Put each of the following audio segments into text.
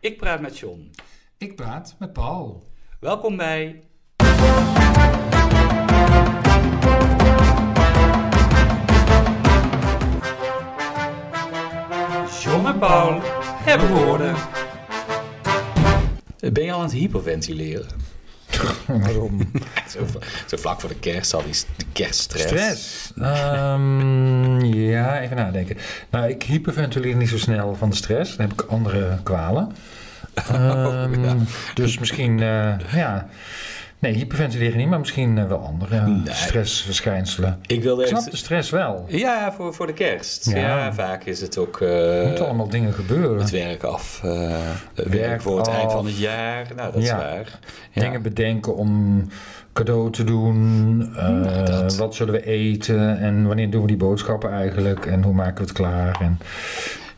Ik praat met John. Ik praat met Paul. Welkom bij. John en Paul hebben woorden. Ben je al aan het hyperventileren? Waarom? Zo, zo vlak voor de kerst, al die s- die kerststress. Stress. Ehm, ja, even nadenken. Nou, ik hyperventileer niet zo snel van de stress. Dan heb ik andere kwalen. Ehm, Oh, ja. Dus misschien, eh, ja. Nee, hyperventileren niet, maar misschien eh, wel andere stressverschijnselen. Ik wilde Ik even- snap de stress wel. Ja, voor, voor de kerst. Ja. Ja. vaak is het ook eh, Er moeten allemaal dingen gebeuren. het werk af. eh, het werk Werk voor het eind af. van het jaar. Nou, dat is Ja. waar. Ja. Dingen bedenken om cadeau te doen. eh, Nou, dat. Wat zullen we eten? En wanneer doen we die boodschappen eigenlijk? En hoe maken we het klaar? En,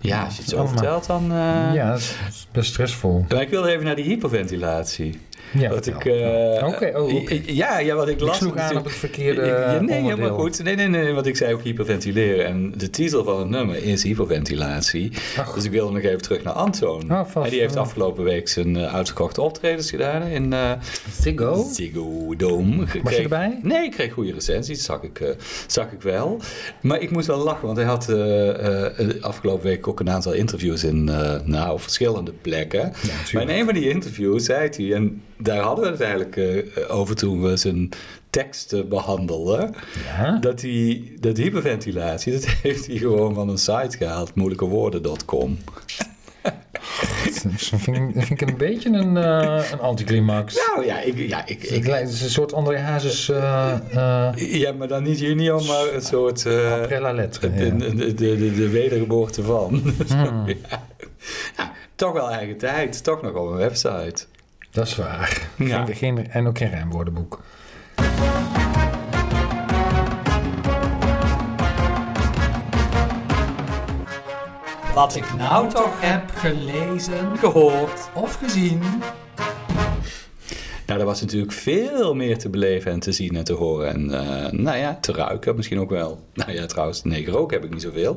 Ja, als je het zo Allemaal. vertelt, dan... eh, ja, dat is best stressvol. Maar ik wilde even naar die hyperventilatie. Ja, dat ik... vertel. eh, Oké, oh, oké. i- i- Ja, ja, wat ik las... Ik sloeg aan op natuurlijk- het verkeerde eh, Ja, nee, onderdeel. helemaal goed. Nee, nee, nee, want ik zei ook hyperventileren. En de titel van het nummer is hyperventilatie. Ach. Dus ik wilde nog even terug naar Antoon. Ah, vast. en die heeft Ja. afgelopen week zijn eh, uitverkochte optredens gedaan in eh Ziggo? Ziggo Dome. Oh. Was je erbij? Nee, ik kreeg goede recensies, dat zag ik, eh, zag ik wel. Maar ik moest wel lachen, want hij had eh, eh, afgelopen week ook een aantal interviews in eh, nou, verschillende plekken. maar in een van die interviews zei hij, en daar hadden we het eigenlijk eh, over toen we zijn teksten behandelden, Ja? dat, die, dat die hyperventilatie, dat heeft hij gewoon van een site gehaald, moeilijkewoorden.com. Dat vind ik, dat vind ik een beetje een, eh, een anticlimax. Nou ja, ik, ja, ik, ik, Ik lijk- het is een soort André Hazes eh eh ja, maar dan niet junior, maar een soort... eh, prella letteren. De, Ja. de, de, de, de wedergeboorte van. Hmm. ja. Ja, toch wel eigen tijd, toch nog op een website. Dat is waar. Ja. Geen, geen- en ook geen rijmwoordenboek. Wat ik nou toch heb Gelezen gehoord. of gezien. Nou, er was natuurlijk veel meer te beleven en te zien en te horen. En eh, nou ja, te ruiken misschien ook wel. Nou ja, trouwens, nee, rook heb ik niet zoveel.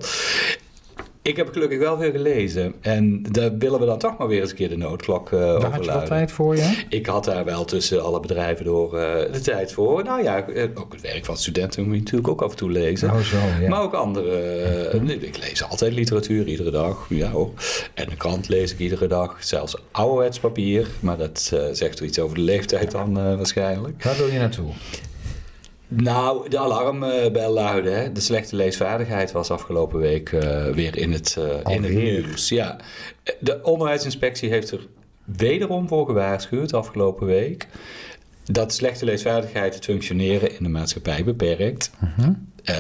Ik heb gelukkig wel veel gelezen. En daar willen we dan toch maar weer eens een keer de noodklok eh Daar over had je wel luiden. tijd voor, ja? Ik had daar wel tussen alle bedrijven door eh, de tijd voor. Nou ja, eh, ook het werk van studenten moet je natuurlijk ook af en toe lezen. Nou zo, ja. Maar ook andere. eh, nee, ik lees altijd literatuur, iedere dag. Ja hoor. En de krant lees ik iedere dag. Zelfs ouderwets papier. Maar dat eh, zegt wel iets over de leeftijd dan eh, waarschijnlijk. Waar wil je naartoe? Nou, de alarmbel luidde. Hè? De slechte leesvaardigheid was afgelopen week eh, weer in het, eh, in het Alweer. nieuws. Ja. De onderwijsinspectie heeft er wederom voor gewaarschuwd afgelopen week... dat slechte leesvaardigheid het functioneren in de maatschappij beperkt. Eh,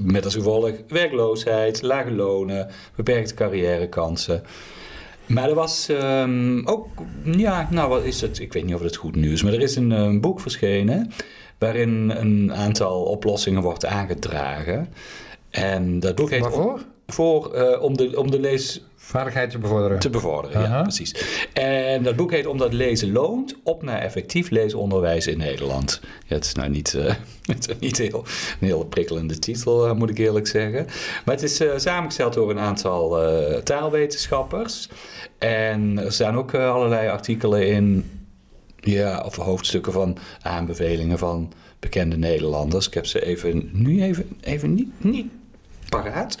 met als gevolg werkloosheid, lage lonen, beperkte carrièrekansen... Maar er was ehm, ook, ja, nou wat is het? Ik weet niet of het goed nieuws is, maar er is een, eh, boek verschenen waarin een aantal oplossingen wordt aangedragen. En dat boek heet Waarvoor? voor, eh, om, de, om de lees Vaardigheid te bevorderen. te bevorderen. Ja, Aha. precies. En dat boek heet Omdat lezen loont, op naar effectief leesonderwijs in Nederland. Ja, het is nou niet, eh, het is niet heel, een heel prikkelende titel, eh, moet ik eerlijk zeggen. Maar het is eh, samengesteld door een aantal eh, taalwetenschappers. En er staan ook eh, allerlei artikelen in, ja, of hoofdstukken van aanbevelingen van bekende Nederlanders. Ik heb ze even, nu even, even niet, niet paraat.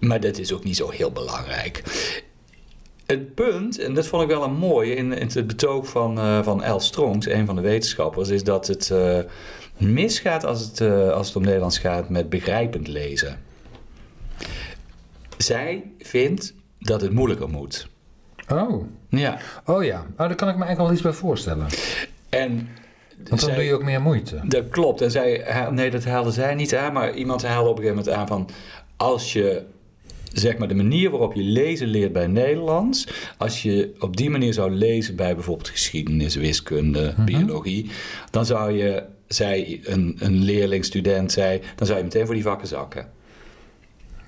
Maar dat is ook niet zo heel belangrijk. Het punt, en dat vond ik wel een mooie in, in het betoog van, eh, van El Strongs, een van de wetenschappers, is dat het eh, misgaat als het, eh, als het om Nederlands gaat met begrijpend lezen. Zij vindt dat het moeilijker moet. Oh. Ja. Oh ja. Oh, daar kan ik me eigenlijk al iets bij voorstellen. En Want dan zij- doe je ook meer moeite. Dat klopt. En zij, ha- nee, dat haalde zij niet aan, maar iemand haalde op een gegeven moment aan van als je zeg maar de manier waarop je lezen leert bij Nederlands, als je op die manier zou lezen bij bijvoorbeeld geschiedenis, wiskunde, biologie, dan zou je, zei een, een leerling, student, zei, dan zou je meteen voor die vakken zakken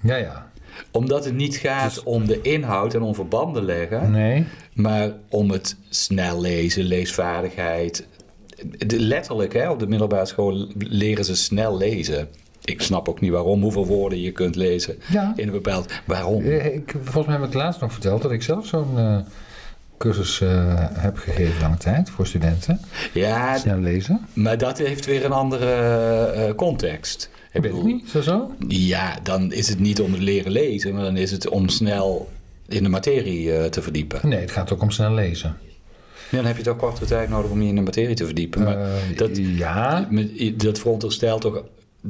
Ja, ja. omdat het niet gaat om de inhoud en om verbanden leggen, Nee. maar om het snel lezen, leesvaardigheid. De- letterlijk, hè, op de middelbare school leren ze snel lezen. Ik snap ook niet waarom, hoeveel woorden je kunt lezen Ja. in een bepaald... Waarom? Eh, Ik, volgens mij heb ik het laatst nog verteld dat ik zelf zo'n eh, cursus eh, heb gegeven lange tijd voor studenten. Ja, Snel lezen. maar dat heeft weer een andere eh, context. Ik Weet ik bedoel, niet, zo zo? ja, dan is het niet om het leren lezen, maar dan is het om snel in de materie eh, te verdiepen. Nee, het gaat ook om snel lezen. Ja, dan heb je toch kortere tijd nodig om je in de materie te verdiepen. Maar Eh, dat- ja, met- dat veronderstelt toch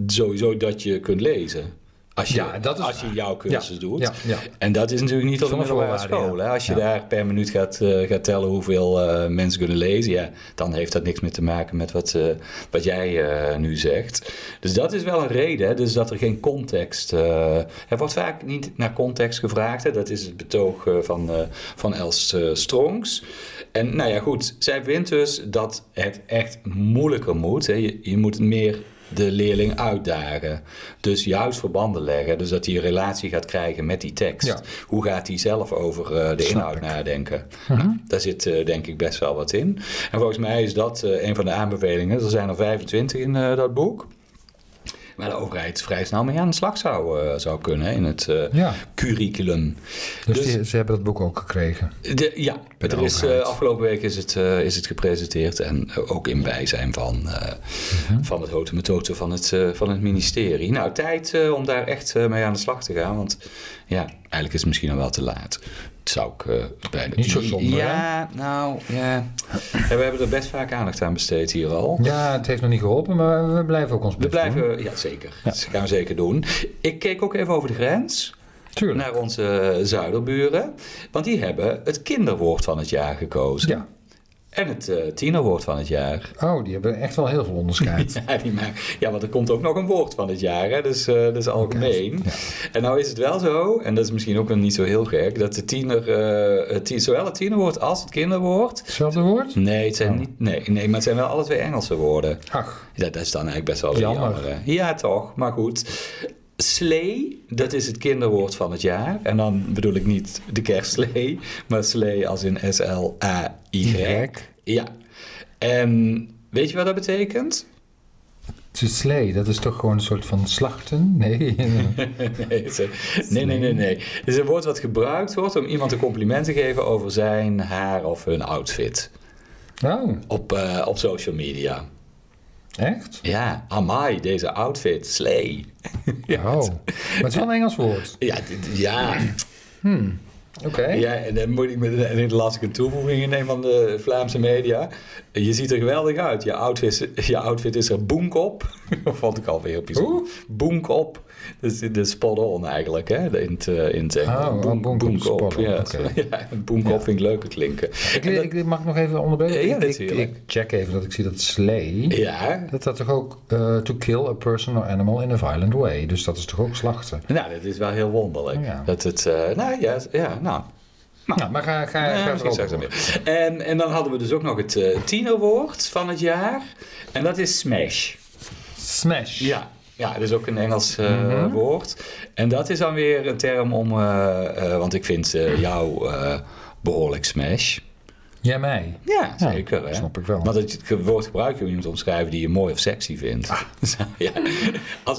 sowieso dat je kunt lezen. Als je, Ja, dat is als je waar. jouw cursus Ja, doet. ja, ja. En dat is natuurlijk niet op de Zonder middelbare voorwaarden, school. ja. Hè? Als je Ja. daar per minuut gaat, eh, gaat tellen hoeveel eh, mensen kunnen lezen, ja, dan heeft dat niks meer te maken met wat, eh, wat jij eh, nu zegt. Dus dat is wel een reden, hè? dus dat er geen context. eh er wordt vaak niet naar context gevraagd. Hè? Dat is het betoog eh, van, eh, van Els eh, Strongs. En nou ja, goed, zij vindt dus dat het echt moeilijker moet. Hè? Je, je moet meer de leerling uitdagen. Dus juist verbanden leggen. Dus dat hij een relatie gaat krijgen met die tekst. Ja. Hoe gaat hij zelf over eh, de Snap inhoud ik. Mhm. nadenken? Nou, daar zit eh, denk ik best wel wat in. En volgens mij is dat eh, een van de aanbevelingen. Er zijn er 25 in eh, dat boek. Waar de overheid vrij snel mee aan de slag zou, eh, zou kunnen hè, in het eh, ja. curriculum. Dus, Dus- die- ze hebben dat boek ook gekregen. De- ja, Bij de er is, overheid. eh, afgelopen week is het, eh, is het gepresenteerd en eh, ook in bijzijn van, eh, Mhm. van het houten methode van het, eh, van het ministerie. Nou, tijd eh, om daar echt eh, mee aan de slag te gaan, want ja, eigenlijk is het misschien al wel te laat. Dat zou ik eh bijna... Niet zo zonde, Ja, nou, ja. En we hebben er best vaak aandacht aan besteed hier al. Ja, het heeft nog niet geholpen, maar we blijven ook ons We best doen. blijven, ja zeker, dat gaan we zeker doen. Ik keek ook even over de grens. Tuurlijk. Naar onze zuiderburen. Want die hebben het kinderwoord van het jaar gekozen. ja. En het eh, tienerwoord van het jaar. Oh, die hebben echt wel heel veel onderscheid. Ja, die maar, ja, want er komt ook nog een woord van het jaar, hè? dus eh, dat is algemeen. En nou is het wel zo, en dat is misschien ook wel niet zo heel gek, dat de tiener, eh, het, ti- zowel het tienerwoord als het kinderwoord. Hetzelfde woord? Nee, het zijn Oh. niet, nee, nee, maar het zijn wel alle twee Engelse woorden. Ach, Dat, dat is dan eigenlijk best wel weer Jammer. jammer. hè? Ja, toch, maar goed. Slee, dat is het kinderwoord van het jaar. En dan bedoel ik niet de kerstslee, maar slee als in S-L-A-Y. Rek. Ja. En weet je wat dat betekent? Het is slee, dat is toch gewoon een soort van slachten? Nee. Nee, het is- nee, nee, nee, nee. Het is een woord wat gebruikt wordt om iemand een compliment te geven over zijn, haar of hun outfit. Nou, Op, eh, op social media. echt? Ja, amai, deze outfit, slee. Oh. Maar het is wel een Engels woord. Ja, dit- ja. Oké. ja, en dan moet ik met en dan las ik een toevoeging in een van de Vlaamse media. Je ziet er geweldig uit. Je outfit, is- je outfit is er boenk op. Vond ik alweer heel bijzonder. Hoe? Boenk op. Dus de spot on eigenlijk, hè? In het, eh, in het Oh, oh, boenk op, spot on, Ja, oké. ja, boenk op vind ik leuker klinken. Ik, En dat- ik, mag ik nog even onderbreken? Ja, ja, Ik- ik, natuurlijk. ik check even dat ik zie dat slee... ja, Dat dat toch ook eh, to kill a person or animal in a violent way. Dus dat is toch ook slachten. nou, dat is wel heel wonderlijk. Oh, Ja. Dat het, eh, nou ja, ja, nou, Nou, maar ga, ga, Ja, ga erop misschien straks door. wel meer. En, en dan hadden we dus ook nog het eh, tienerwoord van het jaar. En dat is smash. Smash. Ja. Ja, dat is ook een Engels eh, woord. En dat is dan weer een term om... eh, eh, want ik vind eh, jou eh, behoorlijk smash. Jij mij. Ja, Ja, zeker. Hè? snap ik wel. Want het ge- woord gebruik je om iemand te omschrijven die je mooi of sexy vindt. ja. Als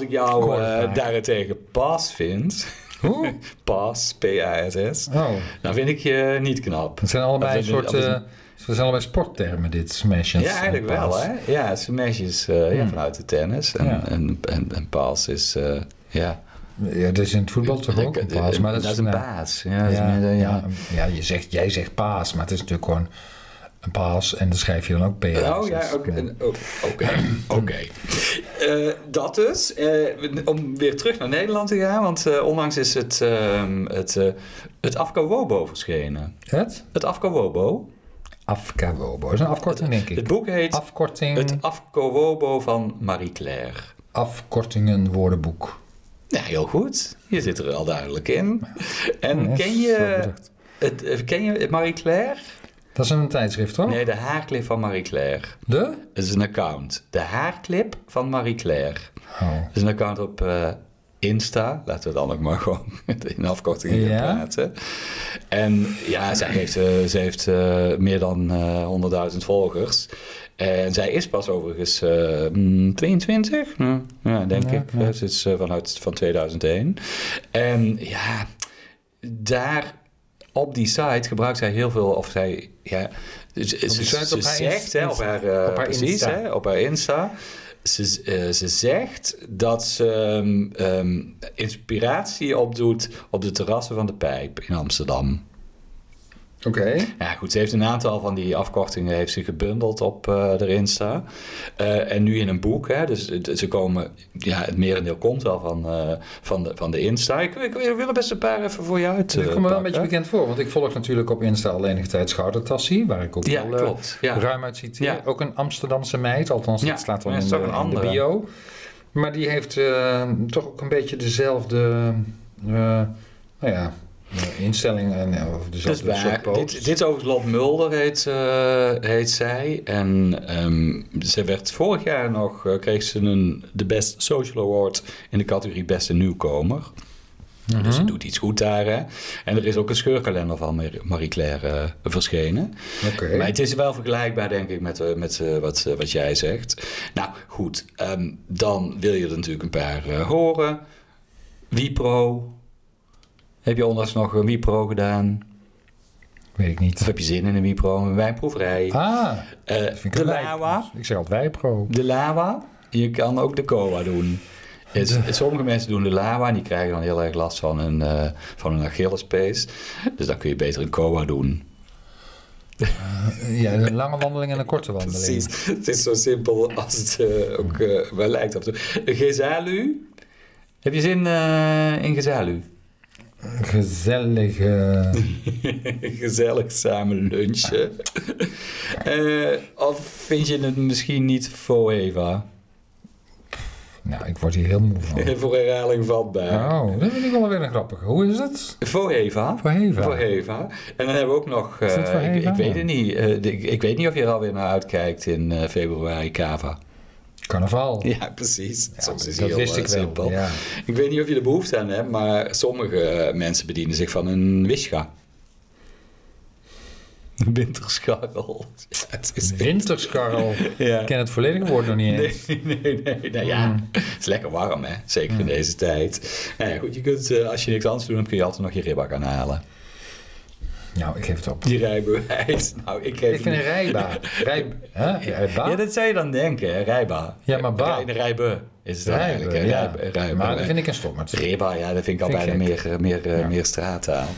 Ah. ik Ik jou hoor het eh, vaak. daarentegen pas vind... Hoe? pas, P-A-S-S... Oh. dan vind ik je niet knap. Het zijn allebei een Dat is- soort... dat is- eh, het zijn allebei sporttermen, dit. Smash en Ja, eigenlijk en wel, pass. hè? Ja, smash is eh, ja, vanuit de tennis. En, Hmm. Ja. en, en, en paas is... eh, ja. Ja, dat is in het voetbal toch ook een paas. Maar dat, is een nou, paas. Ja, dat eh, is Ja, meer, eh, ja. ja, ja, je zegt, jij zegt paas, maar het is natuurlijk gewoon een paas en dan schrijf je dan ook PA. Oh ja, oké. en- oh, Oké, oké. Eh, dat dus. Eh, om weer terug naar Nederland te gaan, want eh, onlangs is het, ehm het, eh het Afka Wobo verschenen. Het? Het Afka Wobo. Afkawobo. Dat is een afkorting, denk ik. Het boek heet Afkorting, Het Afka Wobo van Marie Claire. afkortingen, woordenboek. Ja, heel goed. Je zit er al duidelijk in. En Ja, ken zo je, bedacht. het, eh, ken je het Marie Claire? Dat is een tijdschrift, hoor. Nee, de haarclip van Marie Claire. De? Dat is een account. De haarclip van Marie Claire. Oh. Dat is een account op eh, Insta. Laten we dan ook maar gewoon in afkorting gaan Ja. praten. En ja, zij heeft, eh, ze heeft eh, meer dan eh 100.000 volgers. En zij is pas overigens eh, mm, 22, Hm, ja, denk ik. Eh, Ze is eh, vanuit van 2001. En ja, daar op die site gebruikt zij heel veel, of zij, ja, ze, ze, die site ze op haar zegt, hè, op Insta. haar, eh, Op haar precies, Insta. Hè, op haar Insta, ze, eh, ze zegt dat ze ehm, ehm, inspiratie opdoet op de terrassen van de Pijp in Amsterdam. Oké. Ja, goed. Ze heeft een aantal van die afkortingen heeft ze gebundeld op eh haar Insta. Eh, en nu in een boek. Hè, dus het- ze komen, ja, het merendeel komt wel van, eh, van, de, van de Insta. Ik, ik, ik wil er best een paar even voor je uit. Dat eh, komt me wel een beetje pakken. bekend voor, want ik volg natuurlijk op Insta al enige tijd Schoudertassie, waar ik ook Ja, wel eh, klopt. Ja. ruim uit citeer. Ja. Ook een Amsterdamse meid, althans Ja, dat staat dan maar in, dat is de, toch een in de andere. bio. Maar die heeft eh, toch ook een beetje dezelfde eh, nou ja, eh, instelling en eh, of Dat is dezelfde soort waar. post. Dit, dit is overigens Lot Mulder heet, eh, heet zij. En ehm, ze werd vorig jaar nog, eh, kreeg ze een, de Best Social Award in de categorie Beste Nieuwkomer. Mhm. Dus ze doet iets goed daar. Hè? En er is ook een scheurkalender van Mar- Marie-Claire eh, verschenen. Oké. Maar het is wel vergelijkbaar, denk ik, met, eh, met eh, wat, eh, wat jij zegt. Nou, goed. ehm, dan wil je er natuurlijk een paar eh, horen. Wipro. Heb je onlangs nog een Wipro gedaan? Weet ik Of niet. heb je zin in een Wipro? Een wijnproeverij. Ah, Eh, dat vind ik de een wij- Lawa. Ik zei altijd wijpro. De Lawa. Je kan ook de Koa doen. Dus Sommige mensen doen de Lawa en die krijgen dan heel erg last van hun, eh van hun Achillespees. Dus dan kun je beter een Koa doen. Ja, een lange wandeling en een korte wandeling. Precies, het is zo simpel als het eh, ook eh, wel lijkt. Af en toe. Gezalu. Heb je zin eh, in Gezalu? Gezellige... Gezellig samen lunchen. Eh, of vind je het misschien niet voor Eva? Nou, ik word hier heel moe van. voor herhaling vatbaar. Oh, dat vind ik wel weer een grappige. Hoe is het? Voor Eva. Voor Heva. Voor Eva. En dan hebben we ook nog... Is dat eh, voor ik, Eva? ik weet het niet. Eh, de- ik, ik weet niet of je er alweer naar uitkijkt in eh, februari Kava. Carnaval. Ja, precies. Soms is dat heel wist eh, ik wel. simpel. Ja. Ik weet niet of je er behoefte aan hebt, maar sommige eh, mensen bedienen zich van een wischa. Een winterscharrel. Ja, het is... Winterscharrel. Ja. Ik ken het volledige woord nog niet eens. Nee, nee, nee. Nou ja, Mm. het is lekker warm, hè? Zeker in deze tijd. Nou ja, goed, je kunt, eh, als je niks anders doet, dan kun je altijd nog je ribak aanhalen. Nou, ik geef het op. Je rijbewijs. Nou, ik geef Ik vind een rijba. Rij... Hè? Rijba? Ja, dat zou je dan denken, hè? Rijba. Ja, maar ba. Rij- Rijbe is het dan Rijbe, eigenlijk, hè? ja. Rijbe- rijbe, Maar hè? dat vind ik een stommerd. Reba, ja, dat vind ik al Vind ik bijna meer, eh, meer, eh, Ja. meer straattaal.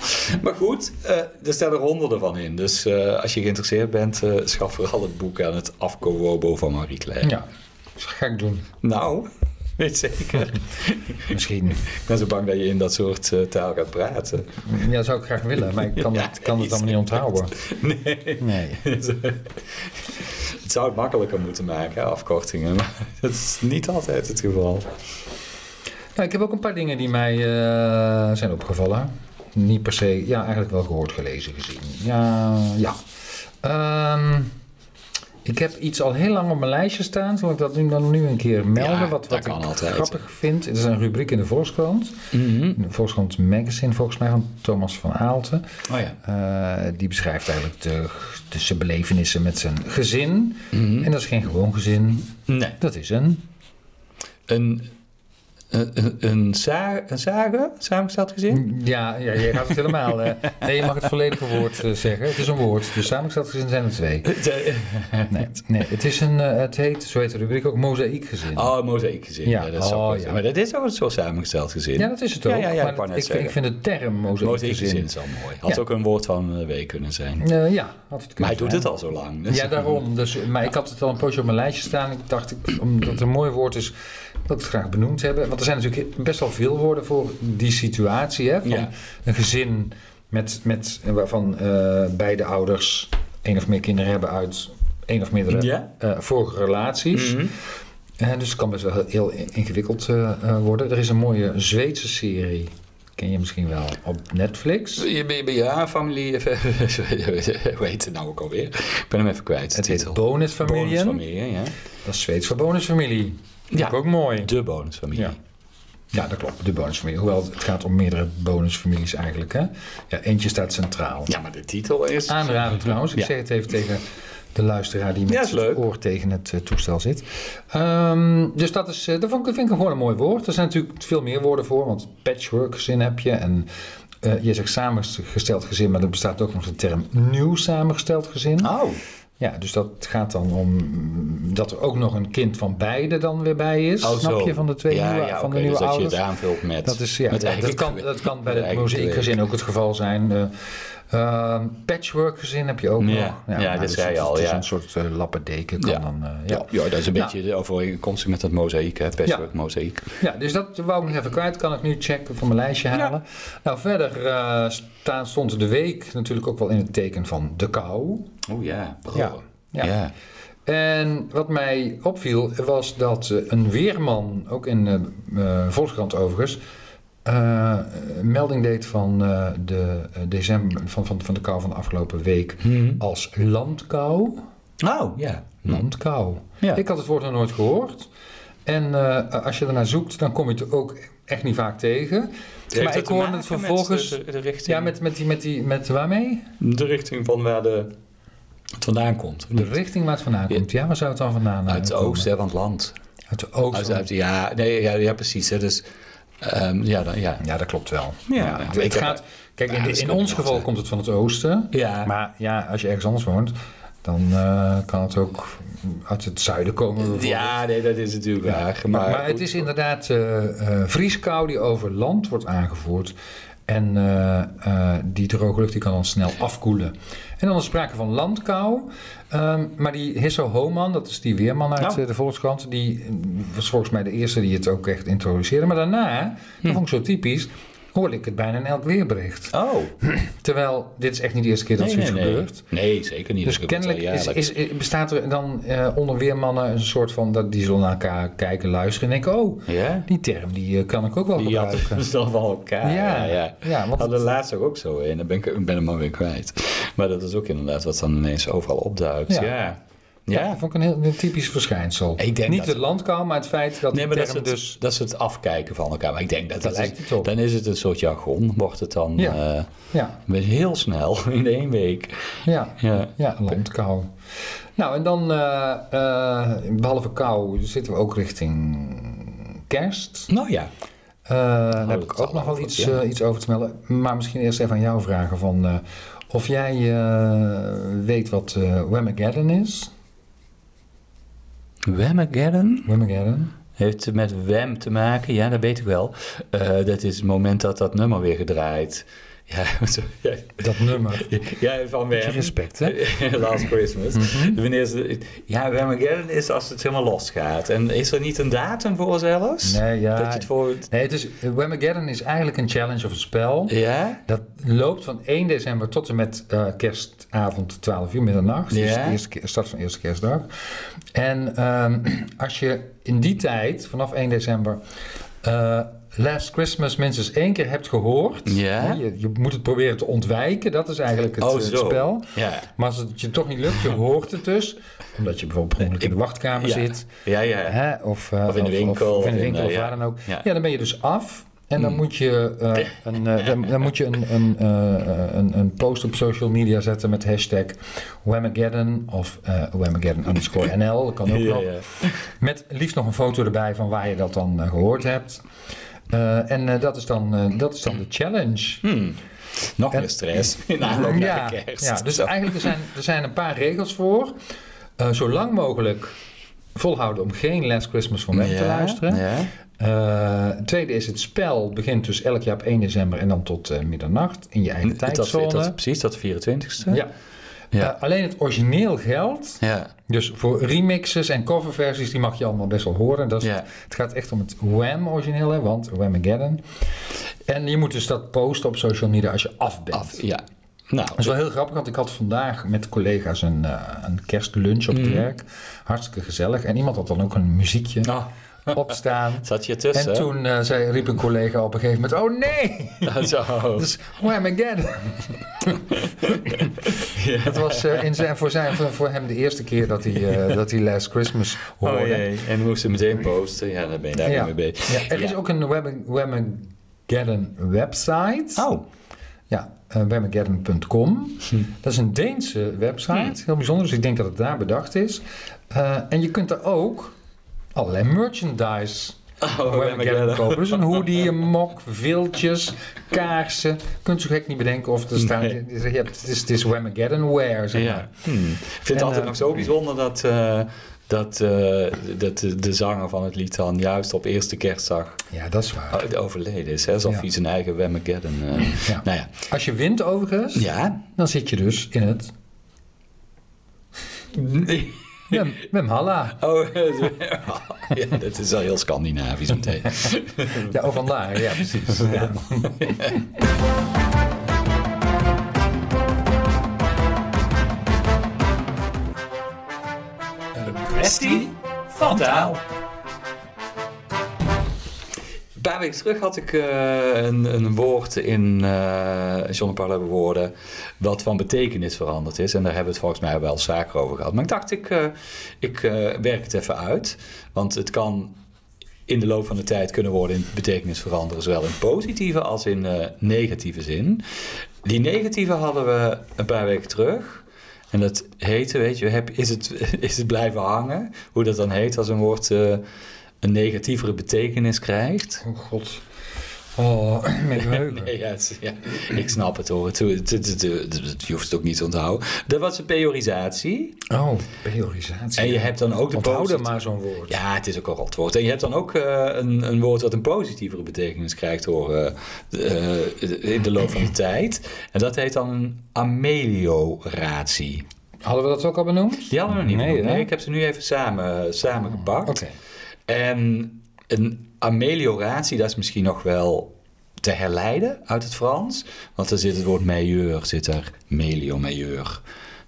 Maar goed, eh, er staan er honderden van in. Dus eh, als je geïnteresseerd bent, eh, schaf vooral het boek aan het Afko Wobo van Marie Claire. Ja, dat ga ik doen. Nou, weet zeker. Misschien. ik ben zo bang dat je in dat soort eh, taal gaat praten. Ja, dat zou ik graag willen, maar ik kan, Ja, het, kan het allemaal niet onthouden. Nee. Nee. het zou het makkelijker moeten maken, hè, afkortingen. Maar dat is niet altijd het geval. Nou, ik heb ook een paar dingen die mij eh, zijn opgevallen. Niet per se, ja, eigenlijk wel gehoord, gelezen, gezien. Ja, ja. Ehm, ik heb iets al heel lang op mijn lijstje staan. Zal ik dat nu, dan nu een keer melden? Ja, wat dat wat ik kan altijd. grappig vind. Het is een rubriek in de Volkskrant. In de Volkskrant Magazine, volgens mij, van Thomas van Aalten. Oh ja. Eh, die beschrijft eigenlijk de, de zijn belevenissen met zijn gezin. Mhm. En dat is geen gewoon gezin. Nee. Dat is een... Een, een, een, een, za- een zagen, samengesteld gezin? Mm. Ja, ja, jij gaat het helemaal. eh, nee, je mag het volledige woord eh, zeggen. Het is een woord. Dus samengesteld gezin zijn er twee. Nee, nee het, is een, eh, het heet, zo heet de rubriek ook, mozaïekgezin. Oh, mozaïekgezin. Ja. Ja, dat is Oh, ook goed. ja. Maar dat is ook een soort samengesteld gezin. Ja, dat is het ook. Ja, ja, ja, ik maar wou net ik, vind, zeggen. ik vind de term mozaïekgezin mozaïekgezin. is wel mooi. Had Ja. ook een woord van eh, week kunnen zijn. Eh ja, had het kunnen Maar hij doet zijn. het al zo lang. dus- Ja, daarom. Dus, maar ik had het al een poosje op mijn lijstje staan. Ik dacht, ik, omdat het een mooi woord is, wil ik het graag benoemd hebben. Want er zijn natuurlijk best wel veel woorden voor die situatie. Hè? Van Ja. een gezin met, met, waarvan eh, beide ouders één of meer kinderen hebben uit één of meerdere Ja. eh, vorige relaties. Mhm. Eh, dus het kan best wel heel in- ingewikkeld eh, eh, worden. Er is een mooie Zweedse serie. Ken je misschien wel op Netflix? Je ben- ben- Ja, familie. Hoe heet het nou ook alweer? Ik ben hem even kwijt. de Het heet titel. Bonusfamilien. Bonusfamilie, ja. Dat is Zweeds voor bonusfamilie. Ja. Vind ik ook mooi. De bonusfamilie. Ja. Ja, dat klopt. De bonusfamilie. Hoewel het gaat om meerdere bonusfamilies eigenlijk. Hè? Ja, eentje staat centraal. Ja, maar de titel is. Aanraden trouwens. Ik Ja. zeg het even tegen de luisteraar die Ja, met is zijn leuk. oor tegen het eh, toestel zit. Ehm, dus dat, is, eh, dat vond ik, vind ik gewoon een mooi woord. Er zijn natuurlijk veel meer woorden voor. Want patchwork gezin heb je. En eh, je zegt samengesteld gezin, maar er bestaat ook nog de term nieuw samengesteld gezin. Oh. Ja, dus dat gaat dan om mm, dat er ook nog een kind van beide dan weer bij is. Oh, snap zo. je van de twee ja, nieuwe, ja, van oké, de nieuwe dus ouders? dat je het aanvult met... Dat, is, ja, met ja, dat, eigen kan, kwee- dat kan bij met het eigen mozaïekgezin ook het geval zijn. Eh eh, patchworkgezin heb je ook Ja, nog. ja, nou, dit dus zei je het- al, het is ja. een soort eh, lappendeken kan Ja. dan... eh, ja. Ja. ja, dat is een beetje de overeenkomstig met dat mozaïek, hè? Patchwork mozaïek. Ja, dus dat wou ik nog even kwijt. Kan ik nu checken van mijn lijstje halen. Nou, verder eh, staan, stond de week natuurlijk ook wel in het teken van de kou. Oeh Oh, ja, Ja. Ja. Ja. ja. En wat mij opviel was dat eh, een weerman, ook in eh, eh, Volkskrant overigens, eh, een melding deed van, eh, de, eh, december, van, van, van de kou van de afgelopen week als landkou. Oh, ja. Nou. Landkou. Ja. Ik had het woord nog nooit gehoord. En eh, als je ernaar zoekt, dan kom je het ook echt niet vaak tegen. maar ik hoorde het vervolgens. De, richting, ja, met, met, die, met, die, met waarmee? de richting van waar de, het vandaan komt. De richting waar het vandaan komt. Ja, waar zou het dan vandaan eh, Uit het komen? oosten hè, van het land. Uit de oost. Uit, uit, ja, nee, ja, ja, precies. Hè, dus, ehm, ja, dan, ja. Ja, dat klopt wel. Ja, Ja, ja, het- maar het ik heb- gaat, kijk, ja, in, dat in is ook ons wat, geval hè. komt het van het oosten. Ja. Maar ja, als je ergens anders woont, dan eh, kan het ook uit het zuiden komen. bijvoorbeeld. ja, nee, dat is natuurlijk waar. maar, Maar, maar het is inderdaad eh eh vrieskou die over land wordt aangevoerd. En eh, eh, die droge lucht die kan dan snel afkoelen. En dan is sprake van landkou. Ehm, maar die Hisso Homan, dat is die weerman uit Nou. eh, de Volkskrant... die mm, was volgens mij de eerste die het ook echt introduceerde. Maar daarna, Hm. dat vond ik zo typisch... hoorde ik het bijna in elk weerbericht. Oh, Terwijl, dit is echt niet de eerste keer dat nee, nee, zoiets nee. gebeurt. Nee, zeker niet. Dus Dat gebeurt kennelijk al is, jaarlijks. is, is- bestaat er dan eh, onder weermannen een soort van... Dat die zullen naar elkaar kijken, luisteren en denken... oh, Ja? die term die eh, kan ik ook wel Die hadden gebruiken. dus dan van elkaar. Ja, Ja, ja. ja, want hadden laatst ook, ook zo in. Dan ben ik, ik ben hem alweer kwijt. Maar dat is ook inderdaad wat dan ineens overal opduikt. Ja. Ja. ja. Ja, dat vond ik een heel een typisch verschijnsel. Ik denk Niet dat- het landkou, maar het feit dat die Nee, maar dat term is, het, dus... dat is het afkijken van elkaar. Maar ik denk Dat dat, dat lijkt is- het op. dan is het een soort jargon. Wordt het dan Ja. eh, Ja, met heel snel in één week. ja, Ja. ja, landkou. Nou, en dan eh, eh, behalve kou zitten we ook richting kerst. Nou ja. Eh, daar heb Oh, dat ik zal ook nog wel wel goed, iets, ja. eh, iets over te melden. Maar misschien eerst even aan jou vragen van... eh, of jij eh, weet wat eh Whamageddon is? Whamageddon Whamageddon? heeft met Wem te maken. Ja, dat weet ik wel. Eh, dat is het moment dat dat nummer weer gedraaid. Ja, zo- ja, Dat nummer. ja van Wem. Respect, hè? Mhm. Last Christmas. Wanneer ze, ja, Whamageddon is als het helemaal losgaat. En is er niet een datum voor zelfs? Nee, ja. Dat je het voor... Nee, het is, Whamageddon is eigenlijk een challenge of een spel. Ja? Dat loopt van 1 december tot en met eh, kerstavond 12 uur middernacht. Dus Ja. de eerste keer- start van de eerste kerstdag. En ehm, als je in die tijd, vanaf 1 december, eh, Last Christmas minstens één keer hebt gehoord. Ja. hè, Je, je moet het proberen te ontwijken. Dat is eigenlijk het, Oh, eh, zo. spel. Ja. Maar als het je toch niet lukt, je hoort het dus. Omdat je bijvoorbeeld per ongeluk in de wachtkamer Ja. zit. Ja, ja. Hè? Of, eh, Of in de winkel, Of, in de of in, winkel, eh, of ja. waar dan ook. Ja. Ja. Mm. dan ben je dus af. En dan moet je, eh, een, eh, dan, dan moet je een, een, eh, een, een post op social media zetten met hashtag Whamageddon of eh Whamageddon underscore NL. Dat kan ook Ja, nog. ja. Met liefst nog een foto erbij van waar je dat dan eh, gehoord hebt. Eh, en eh, dat, is dan, eh, dat is dan de challenge. Mm. Nog meer stress in aanloop naar de kerst. ja, dus Zo. eigenlijk er zijn, er zijn een paar regels voor. Eh, zo lang mogelijk volhouden om geen Last Christmas van Wem te Ja, luisteren. Ja. Eh, tweede is het spel begint dus elk jaar op 1 december en dan tot eh, middernacht in je eigen Dat, dat, tijdzone. precies, dat 24ste. ja. Ja. Eh, alleen het origineel geldt. Ja. Dus voor remixes en coverversies, die mag je allemaal best wel horen. Dat is Ja. het, het gaat echt om het Wham origineel, hè, want Whamageddon. En je moet dus dat posten op social media als je af bent. Af, ja. Nou, Dat is wel heel grappig, want ik had vandaag met collega's een, eh, een kerstlunch op Mhm. het werk. Hartstikke gezellig. En iemand had dan ook een muziekje Ah, opstaan. zat je En tussen? toen eh, zei, riep een collega op een gegeven moment: Oh nee! Ah, zo. Dus Whamageddon. Het was eh, in zijn, voor, zijn, voor, voor hem de eerste keer dat hij, eh, dat hij Last Christmas hoorde. Oh jee, en moest ze meteen posten. Ja, dan ben je daar Ja. weer mee bezig. Ja, er is ook een Wham- Whamageddon website. Oh, Ja, eh, whamageddon.com. Hm. Dat is een Deense website. Heel bijzonder, dus ik denk dat het daar bedacht is. Eh, en je kunt daar ook allerlei merchandise Oh, Wham Wham Again. Again kopen. Dus een hoodie, een mok, viltjes, kaarsen. Kunt u gek niet bedenken of er staat... Nee. Je hebt, het is, het is Whamageddon wear, zeg maar. Ja. Hmm. Ik vind het En, altijd eh, nog zo bijzonder dat, eh, dat, eh, dat de, de zanger van het lied dan juist op eerste kerstdag Ja, dat is waar. eh, overleden is. Hè? Alsof Ja. hij zijn eigen Whamageddon... eh, Ja. Nou ja. Als je wint overigens, Ja. dan zit je dus in het Wem, Wemhalla. Oh, ja, dat is wel heel Scandinavisch meteen. Ja, oh vandaar, ja precies. Ja. kwestie van taal. Een paar weken terug had ik eh, een, een woord in eh John de Parle woorden wat van betekenis veranderd is. En daar hebben we het volgens mij wel eens vaker over gehad. Maar ik dacht, ik, eh, ik eh, werk het even uit. Want het kan in de loop van de tijd kunnen worden in betekenis veranderen. Zowel in positieve als in eh, negatieve zin. Die negatieve hadden we een paar weken terug. En dat heette, weet je, heb, is, het, is het blijven hangen? Hoe dat dan heet als een woord eh, een negatievere betekenis krijgt. Oh god. Oh, mijn geheugen. Nee, ja, het is- ja, ik snap het hoor. Het, het- het- het- het- het- je hoeft het ook niet te onthouden. Dat was de priorisatie. Oh, priorisatie. En je hebt dan ook de Onthouden positieve- maar zo'n woord. Ja, het is ook een rotwoord. En je hebt dan ook eh, een, een woord dat een positievere betekenis krijgt hoor, eh, eh, in de loop van de tijd. En dat heet dan een amelioratie. Hadden we dat ook al benoemd? Die hadden we nog niet. Nee, benoemd. hè? nee, ik heb ze nu even samen, eh, samengepakt. Oké. En een amelioratie, dat is misschien nog wel te herleiden uit het Frans. Want er zit het woord meilleur, zit er melio, meilleur.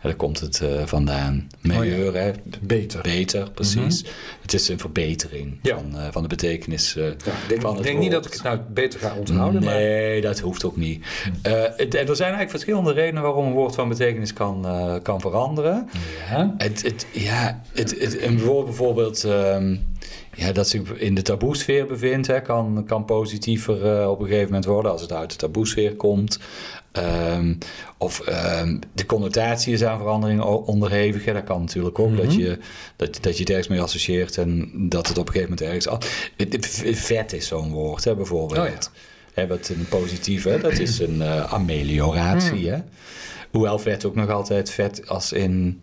Ja, daar komt het eh, vandaan. Oh, Meilleur, hè? Beter. Beter, precies. Het is een verbetering Mhm. Ja. van, eh, van de betekenis eh, ik denk, van het ik denk niet woord. dat ik het nou beter ga onthouden, maar... Nee, dat hoeft ook niet. Eh, het- en er zijn eigenlijk verschillende redenen waarom een woord van betekenis kan, eh, kan veranderen. Ja. Het, het, ja, het, het, een woord bijvoorbeeld ehm, ja, dat zich in de taboesfeer bevindt, hè, kan, kan positiever eh, op een gegeven moment worden als het uit de taboesfeer komt. Ehm, of ehm, de connotatie is aan verandering o- onderhevig. Hè. Dat kan natuurlijk ook, Mhm. dat, je, dat, dat je het ergens mee associeert en dat het op een gegeven moment ergens... af- Het- het- Vet is zo'n woord, hè, Oh bijvoorbeeld. ja. Hè, wat een positieve, dat is een eh, Mhm. amelioratie. Hè? Hoewel vet ook nog altijd vet als in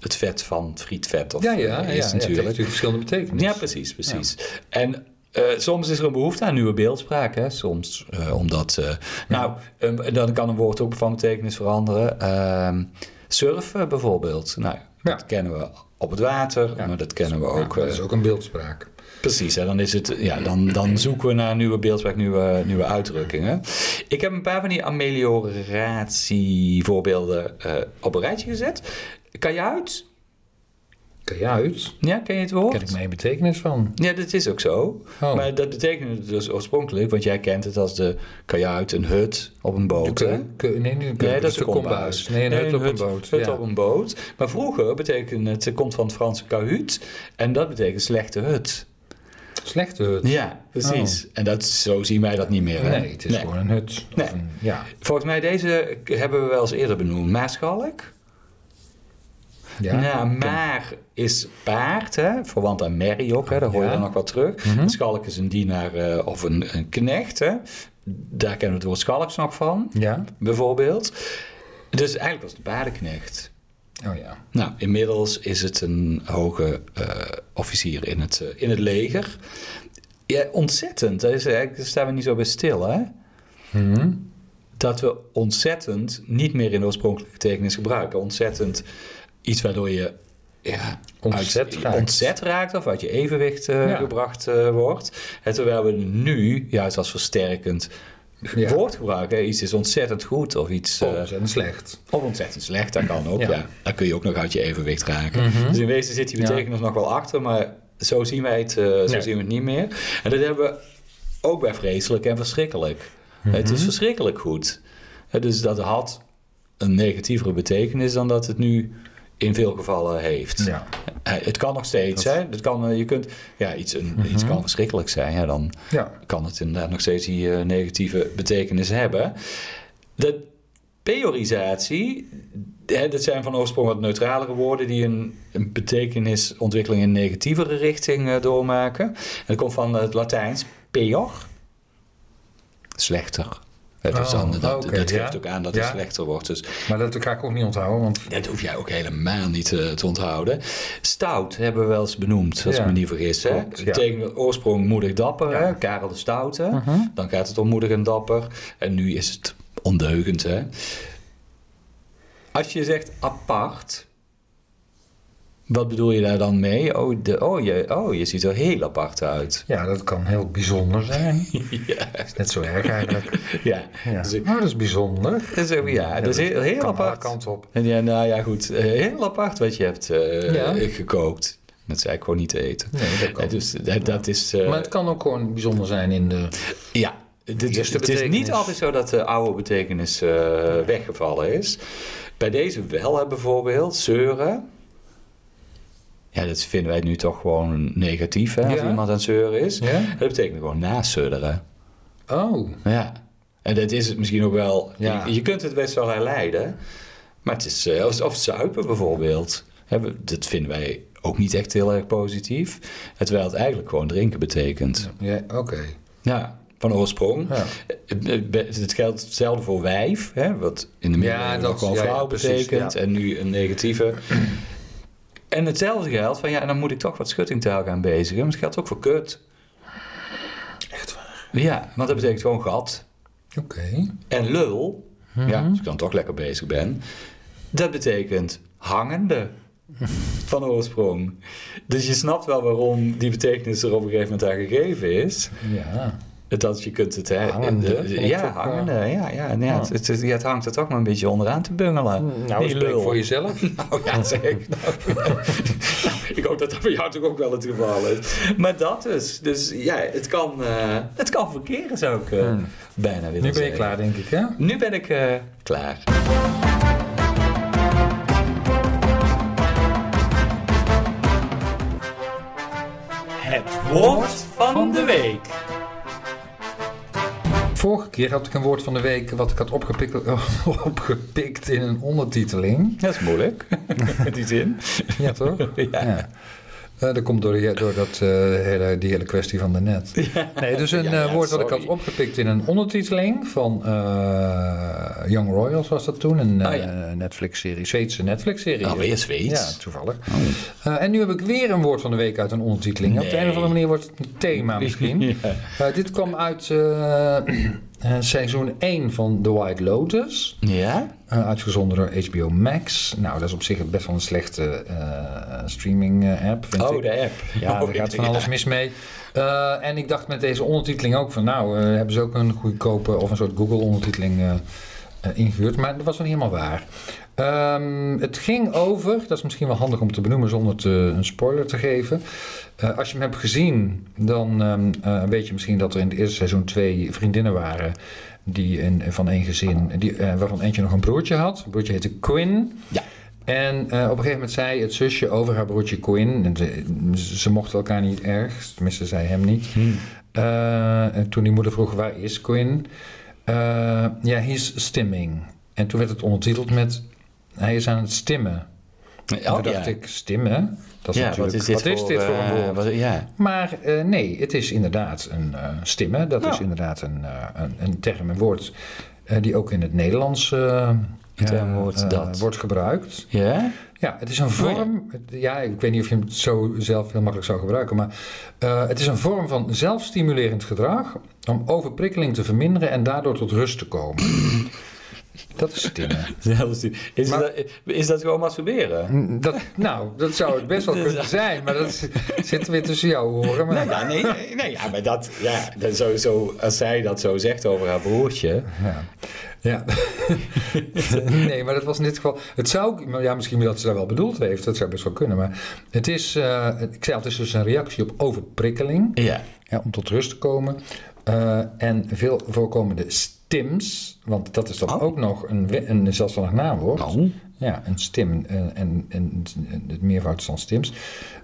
het vet van frietvet of eh, Ja, ja, ja, is ja, het heeft natuurlijk. natuurlijk verschillende Ja, betekenissen. precies, precies. En eh, soms is er een behoefte aan nieuwe beeldspraak, hè? soms eh, omdat. eh, nou, eh, dan kan een woord ook van betekenis veranderen. Ehm, surfen bijvoorbeeld. Nou, dat kennen we op het water, maar dat kennen we ook. dat eh, is Oh, ook een beeldspraak. Precies, hè? Dan, is het, ja, dan, dan zoeken we naar nieuwe beeldspraak, nieuwe, nieuwe uitdrukkingen. Ik heb een paar van die amelioratievoorbeelden eh op een rijtje gezet. Kajuit, Kan je uit? ja, ken je het woord? Ken ik mijn betekenis van? Ja, dat is ook zo. Oh. Maar dat betekende het dus oorspronkelijk, want jij kent het als de kajuit, een hut op een boot. hè? Ke- ke- eh, nee, niet een keuken, Nee, dat is een een kombuis. kombuis. Nee, een hut op een hut- boot. Hut ja. op een boot. Maar vroeger betekende het, het komt van het Franse kahuut en dat betekent slechte hut. Slechte hut. Ja, precies. En dat, zo zien wij dat niet meer. hè? Nee, het is gewoon een hut. Of Nee. een- ja. Volgens mij deze hebben we wel eens eerder benoemd. Maarschalk. ja. Ja, maar is paard, hè? verwant aan merrie ook, hè? daar hoor je Ja. dan nog wat terug. Een Schalk is een dienaar eh, of een, een knecht, hè? daar kennen we het woord schalks nog van, Ja? bijvoorbeeld. Dus eigenlijk was het een paardenknecht. Oh ja. Nou, inmiddels is het een hoge eh, officier in het, eh, in het leger. Ja, ontzettend. Daar, is, eigenlijk- daar staan we niet zo bij stil, hè? Mhm. dat we ontzettend niet meer in de oorspronkelijke betekenis gebruiken. Ontzettend iets waardoor je ja, Ontzet uit, raakt. ontzet raakt of uit je evenwicht eh, Ja. gebracht eh, wordt. En terwijl we nu juist als versterkend ge- Ja. woord gebruiken. hè. Iets is ontzettend goed of iets... eh, Ontzettend slecht. of ontzettend slecht, dat kan ook. Ja. Ja. Dan kun je ook nog uit je evenwicht raken. Mhm. Dus in wezen zit die Ja. betekenis nog wel achter, maar zo zien wij het, eh, zo Nee. zien we het niet meer. En dat hebben we ook bij vreselijk en verschrikkelijk. Het Mhm. is verschrikkelijk goed. Hè, dus dat had een negatievere betekenis dan dat het nu in veel gevallen heeft. Ja. Eh, Het kan nog steeds, hè? Het kan, eh, je kunt, ja, iets, een, iets Mhm. kan verschrikkelijk zijn, ja, dan Ja. kan het inderdaad nog steeds die eh, negatieve betekenis hebben. Dat Periodisatie, hè, dat zijn van oorsprong wat neutralere woorden die een, een betekenisontwikkeling in een negatievere richting eh, doormaken. En dat komt van het Latijns peor, slechter. Het Oh, is dan, dat, oké, dat geeft ja. ook aan dat Ja. het slechter wordt. Dus Maar dat ga ik ook niet onthouden, want dat hoef jij ook helemaal niet eh, te onthouden. Stout hebben we wel eens benoemd, als Ja. ik me niet vergis. Hè? Klopt, ja. Betekent oorsprong moedig dapper, Ja. Mhm. hè? Karel de Stoute. Dan gaat het om moedig en dapper. En nu is het ondeugend. Hè? Als je zegt apart, wat bedoel je daar dan mee? Oh, de, oh, je, oh je ziet er heel apart uit. ja, dat kan heel bijzonder zijn. ja. Dat is net zo erg eigenlijk. Ja. Ja. Dus ik- Maar dat is bijzonder. dus ik- ja, dat is heel, heel kan alle apart. kanten op. En ja, nou ja, goed. Eh, Heel apart wat je hebt eh, Ja. gekookt. Dat zei ik gewoon niet te eten. Nee, dat kan. Eh, Dus dat, dat is... eh, Maar het kan ook gewoon bijzonder zijn in de... ja, het, het- Eerste het is niet betekenis. altijd zo dat de oude betekenis eh, weggevallen is. Bij deze wel, hè, bijvoorbeeld. Zeuren. Ja, dat vinden wij nu toch gewoon negatief, hè, als Ja. iemand aan het zeuren is. Ja? Dat betekent gewoon nasudderen. Oh. Ja. En dat is het misschien ook wel. Ja. Je, je kunt het best wel herleiden. Maar het is. eh, Of, of zuipen bijvoorbeeld. Hè, we- dat vinden wij ook niet echt heel erg positief. Terwijl het eigenlijk gewoon drinken betekent. Ja, oké. Ja. Van oorsprong. Ja. Eh, eh, be- Het geldt hetzelfde voor wijf, hè, wat in Ja, de middeleeuwen dat- nog gewoon ja, ja, vrouw precies, betekent ja. en nu een negatieve. En hetzelfde geldt van ja, dan moet ik toch wat schuttingtaal gaan bezigen. Maar het geldt ook voor kut. Echt waar. Ja, want dat betekent gewoon gat. Oké. En lul, Mhm. ja, als ik dan toch lekker bezig ben, dat betekent hangende van oorsprong. Dus je snapt wel waarom die betekenis er op een gegeven moment aan gegeven is. Ja. Dat je kunt het... Hè, Hangende, de- vond ik ja, ook, eh, hangende. Ja, ja, nou ja, Het, het, ja, het hangt er toch maar een beetje onderaan te bungelen. Nou, Die spreek lul. voor jezelf. Nou ja, zeg. Nou, ik hoop dat dat bij jou toch ook wel het geval is. Maar dat dus. Dus ja, het kan, eh, het kan verkeren zou ik eh, bijna willen Mm. Nu ben je zeggen. klaar, denk ik, hè? Nu ben ik eh, klaar. Het woord van de week. Vorige keer had ik een woord van de week wat ik had opgepikt, opgepikt in een ondertiteling. Dat is moeilijk. In die zin. Ja, toch? Ja. Eh, dat komt door, die- door dat, eh, hele, die hele kwestie van daarnet. Nee, dus een Ja, ja, eh, woord wat ik had sorry. opgepikt in een ondertiteling van eh, Young Royals was dat toen. Een Oh, ja. eh, Netflix-serie, Zweedse Netflix-serie. Alweer Zweeds. Oh. Ja, toevallig. Eh, en nu heb ik weer een woord van de week uit een ondertiteling. Op de Nee. een of andere manier wordt het een thema misschien. Eh, dit kwam uit eh, eh, seizoen 1 van The White Lotus. Ja? Eh, uitgezonden door HBO Max. Nou, dat is op zich best wel een slechte eh, streaming eh, app, vind Oh, ik. de app. Ja, Oh, daar gaat van alles mis mee. Eh, en ik dacht met deze ondertiteling ook van... nou, eh, hebben ze ook een goedkope of een soort Google-ondertiteling eh, eh, ingehuurd. Maar dat was nog niet helemaal waar. Ehm, het ging over, dat is misschien wel handig om te benoemen zonder te, een spoiler te geven. Eh, als je hem hebt gezien, dan ehm, eh, weet je misschien dat er in het eerste seizoen twee vriendinnen waren... Die in, van één gezin, die, eh, waarvan eentje nog een broertje had. Het broertje heette Quinn. Ja. En eh, op een gegeven moment zei het zusje over haar broertje Quinn. En ze, ze mochten elkaar niet erg, tenminste zij hem niet. Hm. Eh, en toen die moeder vroeg waar is Quinn, Eh, ja, hij is stimming. En toen werd het ondertiteld met hij is aan het stimmen. en Oh, toen ja. dacht ik, stimmen? Dat is ja, wat natuurlijk, is dit, voor, een eh, woord? wat- ja. Maar eh, nee, het is inderdaad een eh, stimmen. Dat Ja. is inderdaad een, eh, een, een term, een woord eh, die ook in het Nederlands eh, termwoord eh, dat. wordt gebruikt. Ja? Ja? Oh Ja, het is een vorm. het- Ja, ik weet niet of je hem zo zelf heel makkelijk zou gebruiken. Maar eh, het is een vorm van zelfstimulerend gedrag. om overprikkeling te verminderen en daardoor tot rust te komen. dat is stimmen. Zelfs die- Is, Maar- dat, is dat gewoon masturberen? Mm, Dat, nou, dat zou het best wel kunnen zijn. Maar dat is- zit weer tussen jouw oren. Maar, Ja, nee, nee, nee, ja, maar dat, ja, dat sowieso, als zij dat zo zegt over haar broertje. ja. ja. nee, maar dat was in dit geval. Het zou. maar Ja, misschien dat ze dat wel bedoeld heeft. Dat zou best wel kunnen. Maar het is. eh, ik zei al, het is dus een reactie op overprikkeling. Ja. ja, om tot rust te komen. Eh, en veel voorkomende stims, want dat is dan ook nog een, we- een zelfstandig naamwoord. Oh. Ja, een stim eh, en, en, en het meervoud is dan stims.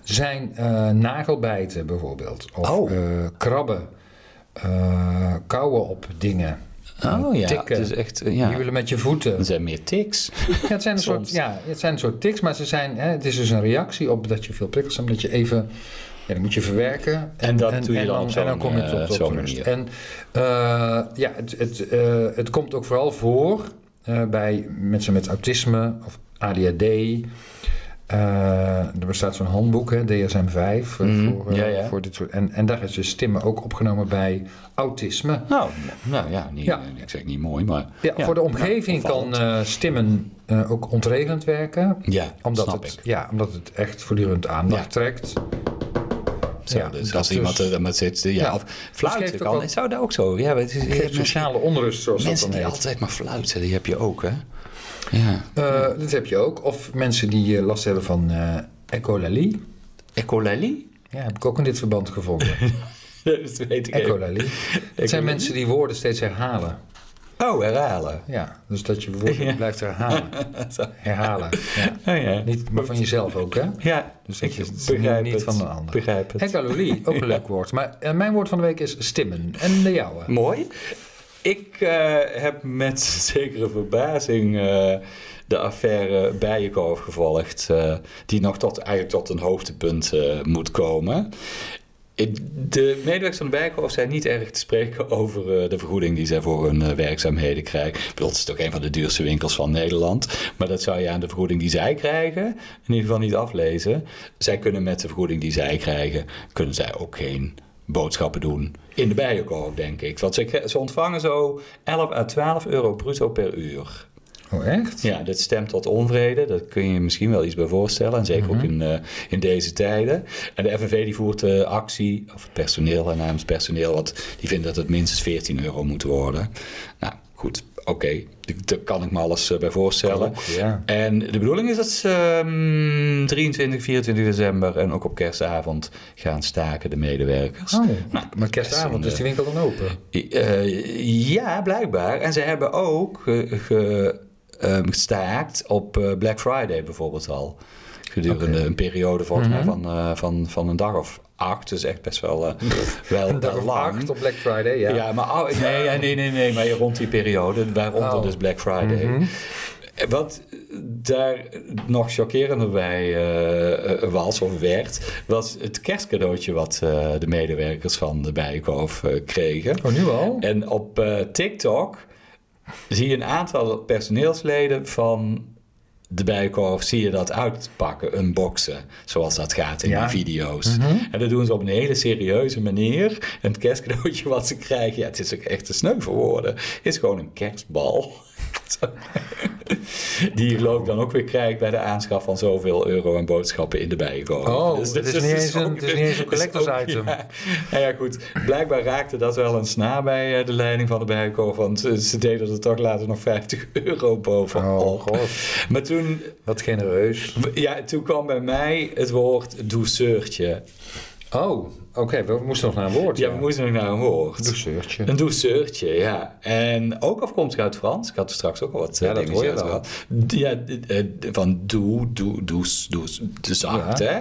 Zijn eh, nagelbijten bijvoorbeeld, of Oh. eh, krabben, eh, kauwen op dingen. Oh ja, tikken. het is echt, eh, ja. Jubelen met je voeten. Er zijn meer tics. Ja, het zijn een Soms. soort, ja, het zijn een soort tics, maar ze zijn, hè, het is dus een reactie op dat je veel prikkels hebt, dat je even, ja, dat moet je verwerken. En dat doe je dan op En dan zo'n, kom je tot, eh, tot zo'n rust. manier. En eh, ja, het, het, eh, het komt ook vooral voor eh, bij mensen met autisme of ADHD. Eh, er bestaat zo'n handboek, hè, DSM-5, eh, Mhm, voor, eh, ja, ja. voor dit soort. En, en daar is dus stemmen ook opgenomen bij autisme. Nou, nou ja, niet, Ja. ik zeg niet mooi, maar... Ja, voor de omgeving nou, kan opvallend. eh, stemmen eh, ook ontregelend werken Ja, omdat snap het, ik. Ja, omdat het echt voortdurend aandacht Ja. trekt. Zo, ja, dus dat als dus- iemand er met zit, ja, Ja, of dat fluiten geeft ook kan, wel- zou dat ook zo. Ja, maar het is, Het geeft sociale onrust, zoals dat mensen dan die heet. altijd maar fluiten, die heb je ook, hè? Ja, Eh, dat heb je ook. Of mensen die eh, last hebben van eh echolalie. echolalie? Ja, heb ik ook in dit verband gevonden. dat weet ik even. Echolalie. Het zijn mensen die woorden steeds herhalen. Oh, herhalen. Ja, dus dat je woorden blijft herhalen. Zo. Herhalen. Ja. Oh, ja. Niet, maar van jezelf ook, hè? Ja, Dus dat ik je het begrijp niet het. van een ander. Begrijp het. Echolalie, ook een leuk woord. Maar eh, mijn woord van de week is stimmen. En de jouwe. Mooi. Ik eh, heb met zekere verbazing eh, de affaire Bijenkorf gevolgd, eh, die nog tot, eigenlijk tot een hoogtepunt eh, moet komen. Ik- De medewerkers van de Bijenkorf zijn niet erg te spreken over eh, de vergoeding die zij voor hun eh, werkzaamheden krijgen. Ik bedoel, het is toch een van de duurste winkels van Nederland. Maar dat zou je aan de vergoeding die zij krijgen in ieder geval niet aflezen. Zij kunnen met de vergoeding die zij krijgen, kunnen zij ook geen boodschappen doen. In de bijenkorf, denk ik. Want ze, ze ontvangen zo 11 à 12 euro bruto per uur. Oh, echt? Ja, dat stemt tot onvrede. Daar kun je je misschien wel iets bij voorstellen. En zeker Mhm. ook in, eh, in deze tijden. En de FNV die voert eh, actie, of het personeel, en namens het personeel, want die vindt dat het minstens 14 euro moet worden. Nou, goed, oké. D- Daar kan ik me alles eh, bij voorstellen. Ook, ja. En de bedoeling is dat ze ehm, 23, 24 december en ook op kerstavond gaan staken, de medewerkers. Oh, Nou, maar kerstavond is die winkel dan open. Eh, ja, blijkbaar. En ze hebben ook eh, ge- ehm, gestaakt op eh, Black Friday bijvoorbeeld al. Gedurende Oké. Mhm. een periode volgens mij van, eh, van, van een dag of acht. Dus echt best wel, eh, wel, Een dag wel of lang. acht op Black Friday, ja. Ja, maar oh, nee, ja, nee, nee, nee, maar rond die periode, waaronder Oh. dus Black Friday. Eh, Wat daar nog chockerender bij eh, eh, was of werd, was het kerstcadeautje wat eh, de medewerkers van de Bijenkorf eh, kregen. Oh, nu al? En op eh, TikTok zie je een aantal personeelsleden van de Bijenkorf, zie je dat uitpakken, unboxen, zoals dat gaat in Ja. Mhm. die video's. En dat doen ze op een hele serieuze manier. En het kerstcadeautje wat ze krijgen, ja, het is ook echt te sneu voor woorden, is gewoon een kerstbal. Zo. Die je geloof ik dan ook weer krijgt bij de aanschaf van zoveel euro en boodschappen in de bijenkorf. Oh, het is niet het eens een- ook het is weer- niet eens een het is ook- collectors item. ja, nou ja, goed. Blijkbaar raakte dat wel een snaar bij eh, de leiding van de bijenkorf. Want eh, ze deden er toch later nog 50 euro bovenop. Oh, god. Maar toen, Wat genereus. ja, toen kwam bij mij het woord douceurtje. Oh, oké, we moesten nog naar een woord. Ja, we moesten nog naar een woord. Douceurtje. Een douceurtje, ja. En ook afkomstig uit Frans. Ik had er straks ook al wat eh, Ja, dat dingetjes hoor je uit wel. gehad. Ja, eh, eh, van doe, doe, douce, douce, de zacht, Ja. hè.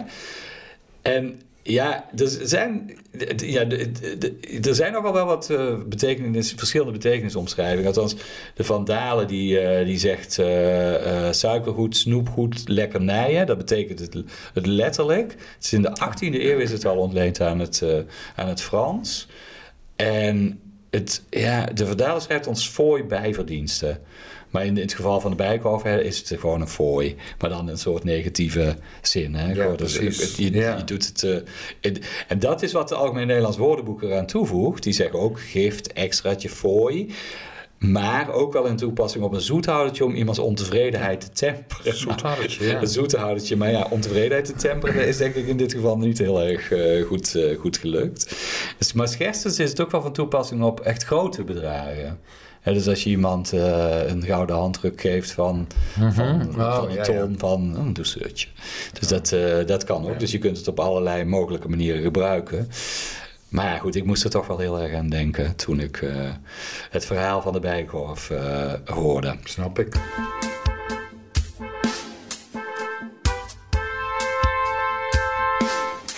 En ja, er zijn, d- ja, d- d- d- er zijn nogal wel wat eh, betekenis, verschillende betekenisomschrijvingen. Althans, de Vandalen die, eh, die zegt eh, eh, suikergoed, snoepgoed, lekkernijen. Dat betekent het, het letterlijk. Het is in de 18e eeuw is het al ontleend aan het, eh, aan het Frans. En het, ja, de verdaler schrijft ons fooi bijverdiensten. Maar in, het geval van de Bijenkorf hè, is het gewoon een fooi. Maar dan een soort negatieve zin. Hè? Ja, Gewoon, dus precies. het- je, Ja. je doet het, eh, het- en dat is wat de Algemeen Nederlands Woordenboek eraan toevoegt. Die zeggen ook gift, extraatje, fooi. Maar ook wel in toepassing op een zoethoudertje om iemands ontevredenheid te temperen. Zoethoudertje, ja. Een zoethoudertje, maar ja, ontevredenheid te temperen is denk ik in dit geval niet heel erg eh, goed, eh, goed gelukt. Dus, maar scherstens is het ook wel van toepassing op echt grote bedragen. Hè, dus als je iemand eh, een gouden handdruk geeft van, van, Oh, van een ja, ton, ja. van oh, een douceurtje. Dus dat, eh, dat kan ook. Dus je kunt het op allerlei mogelijke manieren gebruiken. Maar ja, goed, ik moest er toch wel heel erg aan denken toen ik eh, het verhaal van de Bijenkorf eh, hoorde. Snap ik.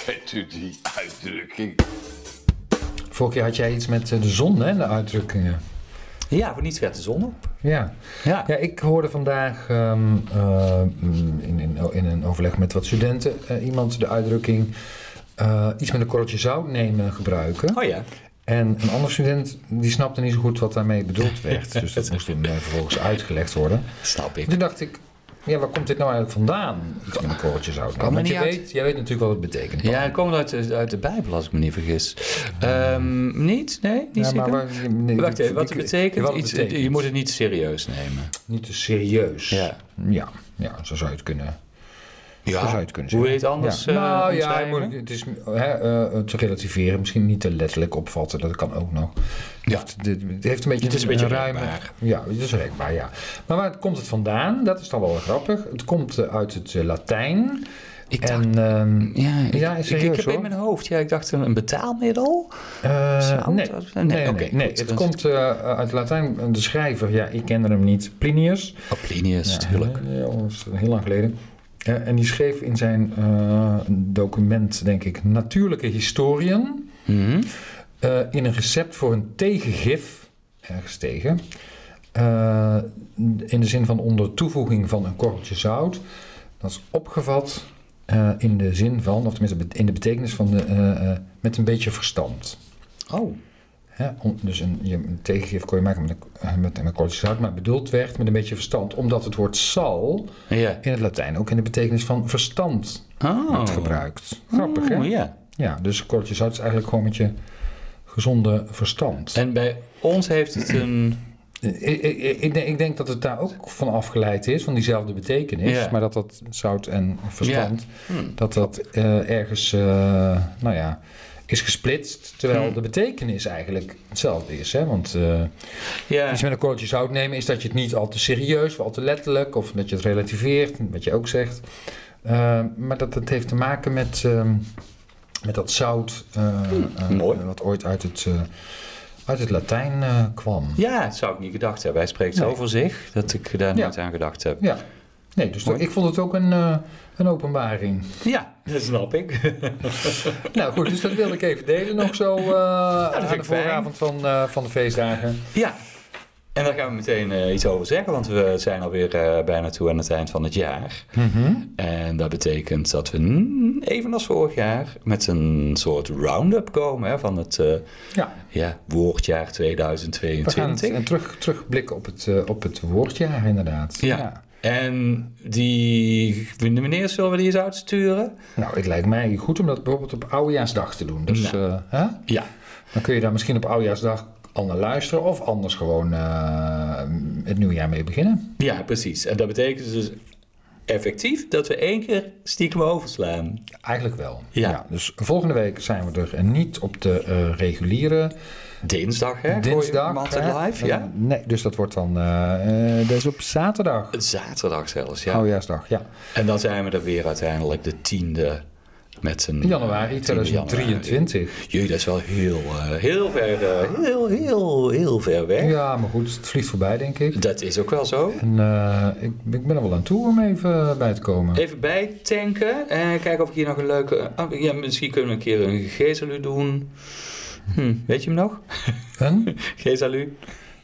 Kent u die uitdrukking? Vorige keer had jij iets met eh, de zon, hè, de uitdrukkingen. Ja, voor niets werd de zon op. Ja. Ja. Ja, ik hoorde vandaag ehm, eh, in, in, in een overleg met wat studenten eh, iemand de uitdrukking eh, iets met een korreltje zout nemen gebruiken. Oh ja. En een ander student die snapte niet zo goed wat daarmee bedoeld werd. Dus dat moest toen eh, vervolgens uitgelegd worden. Snap ik. Toen dacht ik, ja, waar komt dit nou eigenlijk vandaan? Iets met een korreltje zout nemen. Kan me Want niet je uit. weet, jij weet natuurlijk wat het betekent. Ja, het komt uit, de- uit de Bijbel, als ik me niet vergis. Ehm, niet? Nee? Niet Ja, zeker? waar- nee, Wacht ik- even, wat het ik- betekent? wat het Iets- betekent. Je moet het niet serieus nemen. Niet te serieus. Ja. Ja, ja, zo zou je het kunnen Ja, Zo zou je het kunnen hoe zeggen. wil je het anders Ja. eh, nou ja, omschrijven? moeilijk. het is hè, eh, te relativeren, misschien niet te letterlijk opvatten, dat kan ook nog. Ja. Het, dit- het heeft een beetje Het is een beetje ruime- rekbaar. Ja, het is rekbaar, ja. Maar waar komt het vandaan? Dat is dan wel grappig. Het komt eh, uit het eh, Latijn. Ik dacht... en ehm, Ja, ik, Ja, ik, serieus, ik heb hoor. in mijn hoofd, ja, ik dacht een een betaalmiddel. eh, Zout? nee, Nee, nee, nee, oké, nee. goed, het dan- komt eh, uit het Latijn. De schrijver, ja, ik kende hem niet, Plinius. Plinius, Ja, natuurlijk. ja, ja, dat is heel lang geleden. Eh, en die schreef in zijn eh, document, denk ik, Natuurlijke Historien. Mhm. eh, in een recept voor een tegengif, ergens tegen. eh, in de zin van onder toevoeging van een korreltje zout. Dat is opgevat eh, in de zin van, of tenminste in de betekenis van de, eh, eh, met een beetje verstand. Oh, Hè, om- dus een, je, een tegengif kon je maken met een, eh, met, met een korreltje zout, maar bedoeld werd met een beetje verstand. Omdat het woord sal ja. in het Latijn ook in de betekenis van verstand Oh. wordt gebruikt. Grappig, Oh, hè? ja. Ja, dus korreltje zout is eigenlijk gewoon met je gezonde verstand. En bij ons heeft het een... Ik, ik, eh, ik, denk- ik denk dat het daar ook van afgeleid is, van diezelfde betekenis. Ja. Maar dat dat zout en verstand, Hm. dat dat eh, ergens, eh, nou ja, is gesplitst. Terwijl Hm. de betekenis eigenlijk hetzelfde is, hè? Want... eh, Ja, Iets met een korreltje zout nemen is dat je het niet al te serieus, of al te letterlijk, of dat je het relativeert, wat je ook zegt. Eh, maar dat het heeft te maken met, ehm, met dat zout, eh, eh, Hm, mooi. wat ooit uit het, eh, uit het Latijn eh, kwam. ja, dat zou ik niet gedacht hebben. Hij spreekt zo Nee. voor zich dat ik daar Ja. nooit aan gedacht heb. Ja. Nee, dus Mooi. ik vond het ook een, eh, een openbaring. Ja, dat snap ik. nou goed, dus dat wilde ik even delen nog zo eh Nou, vind aan de ik fijn. vooravond van, eh, van de feestdagen. Ja, en daar gaan we meteen eh, iets over zeggen, want we zijn alweer eh, bijna toe aan het eind van het jaar. Mhm. En dat betekent dat we, mm, even als vorig jaar, met een soort round-up komen hè, van het eh, Ja, ja, woordjaar we gaan het, 2022. en terug, terugblikken op het, eh, op het woordjaar inderdaad. Ja. En die, wanneer zullen we die eens uitsturen? Nou, het lijkt mij goed om dat bijvoorbeeld op Oudejaarsdag te doen. Dus eh, hè? Ja. dan kun je daar misschien op Oudejaarsdag al naar luisteren of anders gewoon eh, het nieuwjaar mee beginnen. Ja, precies. En dat betekent dus effectief dat we één keer stiekem overslaan. Eigenlijk wel. Ja. dus volgende week zijn we er niet op de eh, reguliere Dinsdag, hè? gooi je hem dinsdag. altijd hè? live, ja. Nee, dus dat wordt dan eh eh, dat is op zaterdag. Zaterdag zelfs, ja. Oudejaarsdag, ja. En dan zijn we er weer uiteindelijk de 10e met een... In januari 10e januari. 2023. Jee, dat is wel heel, eh, heel ver, eh, heel, heel, heel ver weg. Ja, maar goed, het vliegt voorbij, denk ik. Dat is ook wel zo. En eh, ik, ik ben er wel aan toe om even bij te komen. Even bijtanken en kijken of ik hier nog een leuke... oh, ja, misschien kunnen we een keer een Gezelu doen. Hm, weet je hem nog? En? Gezelu,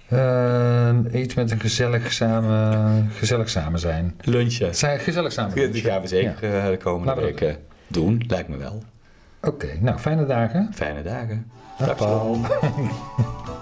Eh, iets met een gezellig samen, gezellig samen zijn. lunchen. Het Zijn gezellig samen. Die mensen. gaan we zeker eh, de komende Laten we dat weken doen, lijkt me wel. Oké, nou fijne dagen. Fijne dagen. Dag, Dag, Paul. Paul.